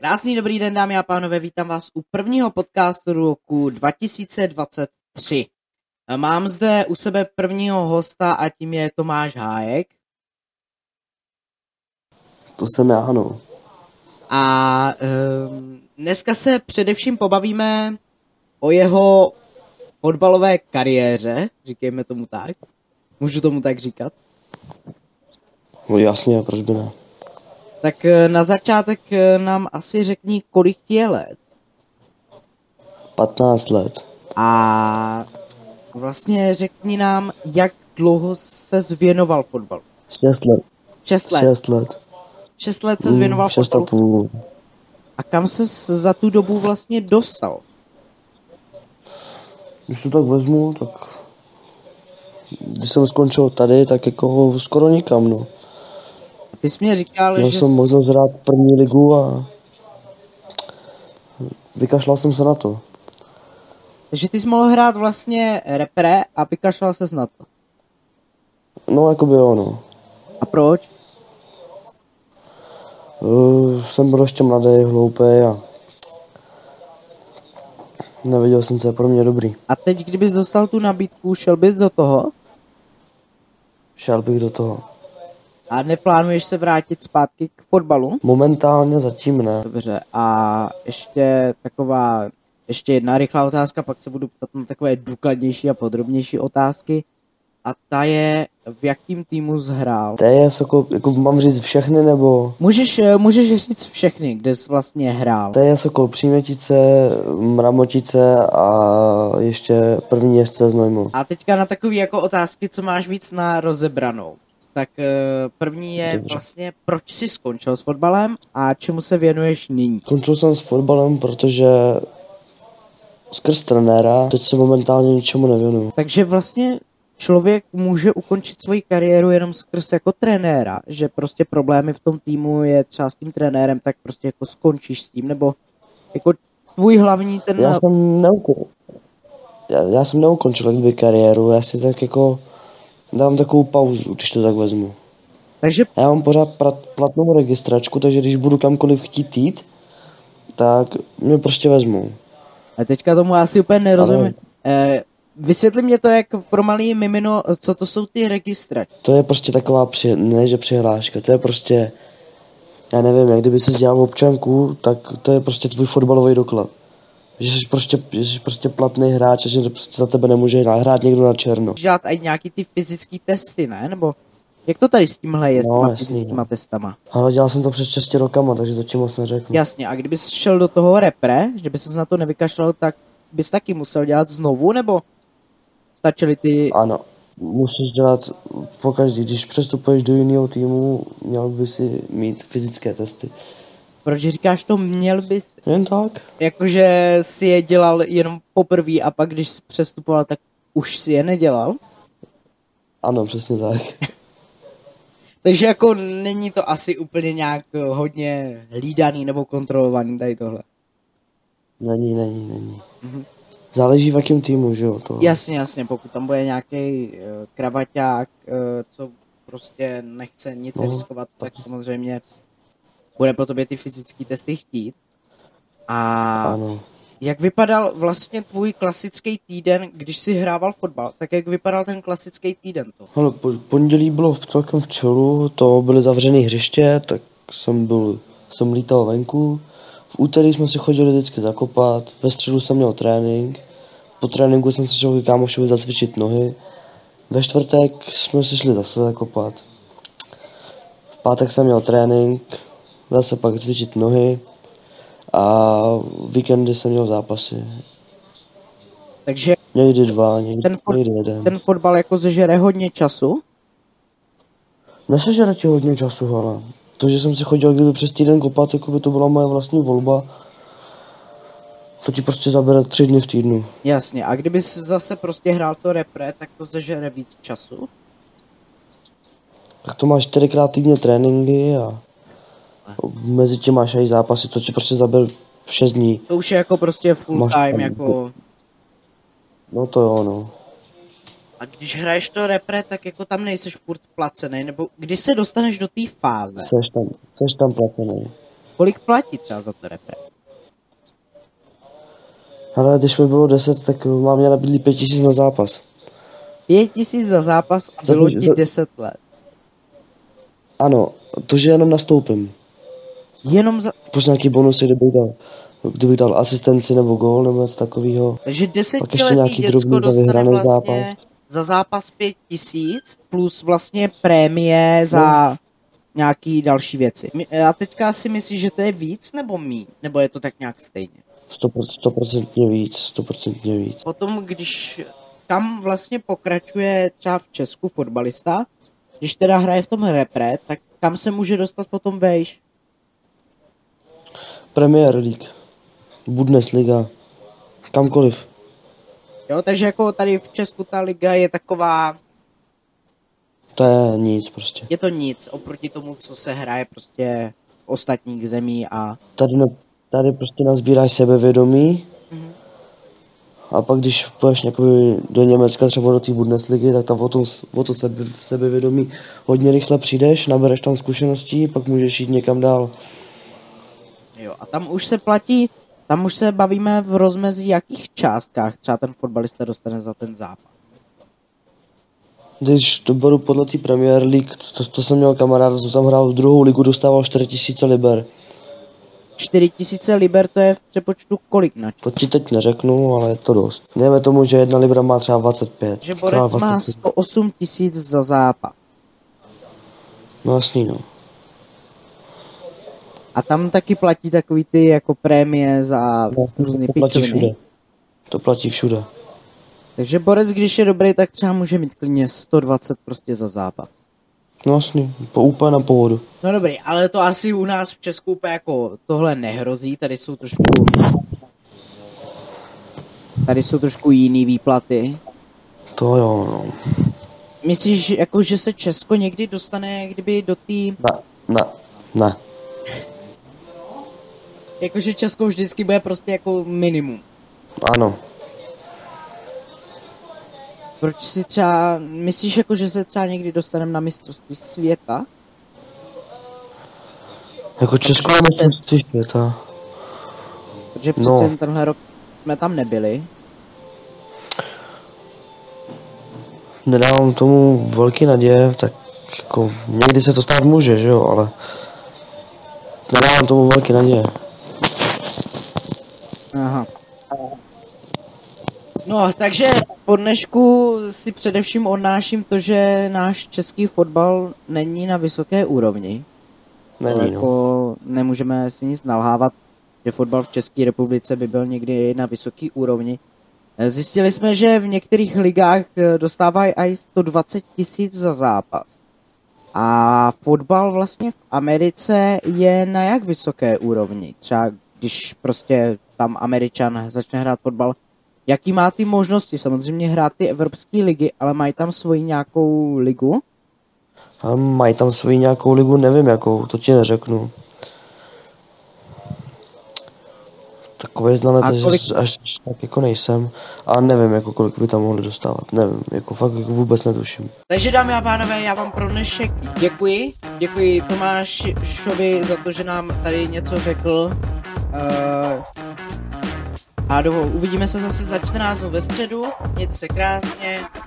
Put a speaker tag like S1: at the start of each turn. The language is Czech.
S1: Krásný dobrý den, dámy a pánové, vítám vás u prvního podcastu roku 2023. Mám zde u sebe prvního hosta a tím je Tomáš Hájek.
S2: To jsem já, no.
S1: A um, dneska se především pobavíme o jeho fotbalové kariéře, říkejme tomu tak. Můžu tomu tak říkat?
S2: No jasně, proč by ne?
S1: Tak eh, na začátek eh, nám asi řekni, kolik ti je let.
S2: 15 let.
S1: A vlastně řekni nám, jak dlouho se věnoval fotbalu.
S2: 6 let.
S1: 6 let.
S2: 6 let.
S1: 6 let se věnoval
S2: Mm, šest a
S1: fotbalu.
S2: půl.
S1: A kam se za tu dobu vlastně dostal?
S2: Když to tak vezmu, tak... Když jsem skončil tady, tak jako skoro nikam, no.
S1: Ty jsi mě říkal,
S2: Měl
S1: že
S2: jsem možnost hrát první ligu a... Vykašlal jsem se na to.
S1: že ty jsi mohl hrát vlastně repre a vykašlal ses na to.
S2: No, jako by jo, no.
S1: A proč?
S2: Uh, jsem byl ještě mladý, hloupý a... Nevěděl jsem, co je pro mě dobrý.
S1: A teď, kdybys dostal tu nabídku, šel bys do toho
S2: Šel bych do toho.
S1: a neplánuješ se vrátit zpátky k fotbalu?
S2: Momentálně zatím ne.
S1: Dobře, a ještě taková, ještě jedna rychlá otázka, pak se budu ptat na takové důkladnější a podrobnější otázky. A ta je, v jakým týmu zhrál?
S2: To je jako, jako mám říct všechny nebo...
S1: Můžeš, eh, můžeš říct všechny, kde jsi vlastně hrál.
S2: To je Sokol Přímětice, Mramotice a ještě první jezdce z Nojmu.
S1: A teďka na takový jako otázky, co máš víc na rozebranou. Tak eh, první je
S2: Dobře.
S1: vlastně, proč jsi skončil s fotbalem a čemu se věnuješ nyní?
S2: Končil jsem s fotbalem, protože skrz trenéra teď se momentálně ničemu nevěnuju.
S1: Takže vlastně člověk může ukončit svoji kariéru jenom skrz jako trenéra, že prostě problémy v tom týmu je třeba s tím trenérem, tak prostě jako skončíš s tím, nebo jako tvůj hlavní ten...
S2: Já jsem neukončil. Já, já jsem neukončil kdyby kariéru, já si tak jako dám takovou pauzu, když to tak vezmu.
S1: Takže
S2: Já mám pořád prat, platnou registračku, takže když budu kamkoliv chtít jít, tak mě prostě vezmu.
S1: a teďka tomu asi úplně
S2: Ale-
S1: nerozumím. Eh, vysvětli mě to jak pro malý mimino, co to jsou ty registračky.
S2: To je prostě taková, při, ne že přihláška, to je prostě, já nevím, jak kdyby si dělal občanku, tak to je prostě tvůj fotbalový doklad. Že jsi prostě, že jsi prostě platný hráč a že prostě za tebe nemůže hrát někdo na černo.
S1: Můžeš dělat i nějaký ty fyzické testy, ne? Nebo jak to tady s tímhle je, s
S2: No, Hm.
S1: těma
S2: jasný,
S1: fyzickýma testama?
S2: Ale dělal jsem to před 6 rokama, takže to ti moc neřeknu.
S1: Jasně, a kdyby jsi šel do toho repre, že by se na to nevykašlal, tak bys taky musel dělat znovu, nebo stačily ty...
S2: Ano, musíš dělat pokaždý, když přestupuješ do jiného týmu, měl by si mít fyzické testy.
S1: Proč říkáš to, měl bys...
S2: Jen tak?
S1: Jakože si je dělal jenom poprvé a pak když jsi přestupoval, tak už si je nedělal?
S2: Ano, přesně tak.
S1: Takže jako není to asi úplně nějak eh, hodně hlídaný nebo kontrolovaný tady tohle.
S2: Není, není, není.
S1: Mhm.
S2: Záleží v jakém týmu, že jo? To...
S1: Jasně, jasně, pokud tam bude nějaký uh, kravaťák, uh, co prostě nechce nic
S2: No,
S1: riskovat, tak samozřejmě bude po tobě ty fyzické testy chtít. A
S2: Ano.
S1: jak vypadal vlastně tvůj klasický týden, když jsi hrával fotbal, tak jak vypadal ten klasický týden to?
S2: Hele, po- pondělí bylo v celkem v čelu, to byly zavřené hřiště, tak jsem byl, jsem lítal venku. V úterý jsme si chodili vždycky zakopat, ve středu jsem měl trénink, po tréninku jsem si šel k kámošovi zacvičit nohy, ve čtvrtek jsme si šli zase zakopat. V pátek jsem měl trénink, zase pak cvičit nohy a víkendy jsem měl zápasy.
S1: Takže
S2: Někdy dva, někdy,
S1: Ten fot-
S2: někdy jeden.
S1: ten fotbal jako zežere hodně času,
S2: Nesežere ti hodně času, hele. To, že jsem si chodil kdyby přes týden kopat, jako by to byla moje vlastní volba, to ti prostě zabere tři dny v týdnu.
S1: jasně, a kdyby jsi zase prostě hrál to repre, tak to zežere víc času.
S2: Tak to máš čtyřikrát týdně tréninky a mezi tím máš i zápasy, to ti prostě zabere šest dní.
S1: To už je jako prostě full
S2: Máš
S1: time,
S2: pravdu.
S1: jako
S2: No to jo, no.
S1: A když hraješ to repre, tak jako tam nejseš furt placený, nebo kdy se dostaneš do té fáze,
S2: Seš tam, seš tam placený.
S1: Kolik platí třeba za to repre?
S2: Ale když mi bylo 10, tak mámě nabídli 5000 na zápas.
S1: Pět tisíc za zápas a bylo
S2: to-
S1: ti
S2: za-
S1: 10 let.
S2: Ano, to, že jenom nastoupím.
S1: Jenom za...
S2: Plus nějaký bonusy, kdybych dal, kdybych dal asistenci nebo gól nebo něco takového.
S1: Takže
S2: Pak ještě
S1: desetiletý
S2: nějaký
S1: děcko
S2: drobný za
S1: dostane
S2: vyhraný
S1: vlastně
S2: zápas.
S1: za zápas pět tisíc plus vlastně prémie za
S2: No.
S1: nějaký další věci. My- A teďka si myslíš, že to je víc nebo mí? Nebo je to tak nějak stejně?
S2: 100%, 100% víc, 100% víc.
S1: Potom, když kam vlastně pokračuje třeba v Česku fotbalista, když teda hraje v tom repre, tak kam se může dostat potom vejš?
S2: Premier League, Bundesliga, kamkoliv.
S1: Jo, takže jako tady v Česku ta liga je taková,
S2: To je nic prostě.
S1: je to nic oproti tomu, co se hraje prostě v ostatních zemí a
S2: Tady, na, tady prostě nazbíráš sebevědomí
S1: Mhm.
S2: a pak když půjdeš jakoby do Německa, třeba do té Bundesligy, tak tam o, tom, o to sebe, sebevědomí hodně rychle přijdeš, nabereš tam zkušenosti, pak můžeš jít někam dál.
S1: jo, a tam už se platí, tam už se bavíme v rozmezí jakých částkách třeba ten fotbalista dostane za ten zápas.
S2: Když to beru podle té Premier League, to, to jsem měl kamaráda, co tam hrál v druhou ligu, dostával 4000 liber.
S1: 4000 liber to je v přepočtu kolik na
S2: To ti teď neřeknu, ale je to dost. Dejme tomu, že jedna libra má třeba 25.
S1: Že
S2: Krát
S1: borec má
S2: 25.
S1: 108 tisíc za zápas.
S2: No jasný, no.
S1: A tam taky platí takový ty jako prémie za různé
S2: No, To platí všude.
S1: vlastně pičoviny.
S2: To platí všude.
S1: Takže borec, když je dobrý, tak třeba může mít klidně 120 prostě za zápas.
S2: No jasný, po, úplně na pohodu.
S1: No dobrý, ale to asi u nás v Česku úplně jako tohle nehrozí, tady jsou trošku... Tady jsou trošku jiný výplaty.
S2: To jo, no.
S1: Myslíš, jako, že se Česko někdy dostane, kdyby do té...
S2: Ne, ne, ne.
S1: Jakože Česko vždycky bude prostě jako minimum.
S2: Ano.
S1: Proč si třeba, myslíš jako, že se třeba někdy dostaneme na mistrovství světa?
S2: Jako Česko je mistrovství světa.
S1: Protože
S2: No.
S1: přece no. jen tenhle rok jsme tam nebyli.
S2: Nedávám tomu velký naděje, tak jako někdy se to stát může, že jo, ale nedávám tomu velký naděje.
S1: Aha. No, takže po dnešku si především odnáším to, že náš český fotbal není na vysoké úrovni.
S2: Není, no.
S1: jako nemůžeme si nic nalhávat, že fotbal v České republice by byl někdy na vysoký úrovni. Eh, Zjistili jsme, že v některých ligách eh, dostávají i 120 tisíc za zápas. A fotbal vlastně v Americe je na jak vysoké úrovni? Třeba když prostě tam Američan začne hrát fotbal, jaký má ty možnosti? Samozřejmě hrát ty evropské ligy, ale mají tam svoji nějakou ligu?
S2: A mají tam svoji nějakou ligu, nevím jakou, to ti neřeknu. Takový
S1: A
S2: znalec, kolik...
S1: kolik-
S2: až tak jako nejsem. A nevím, jako kolik by tam mohli dostávat, nevím, jako fakt jako vůbec netuším.
S1: Takže dámy a pánové, já vám pro dnešek děkuji. Děkuji Tomášovi za to, že nám tady něco řekl. Uh, a do, uvidíme se zase za 14 dnů ve středu. Mějte se krásně.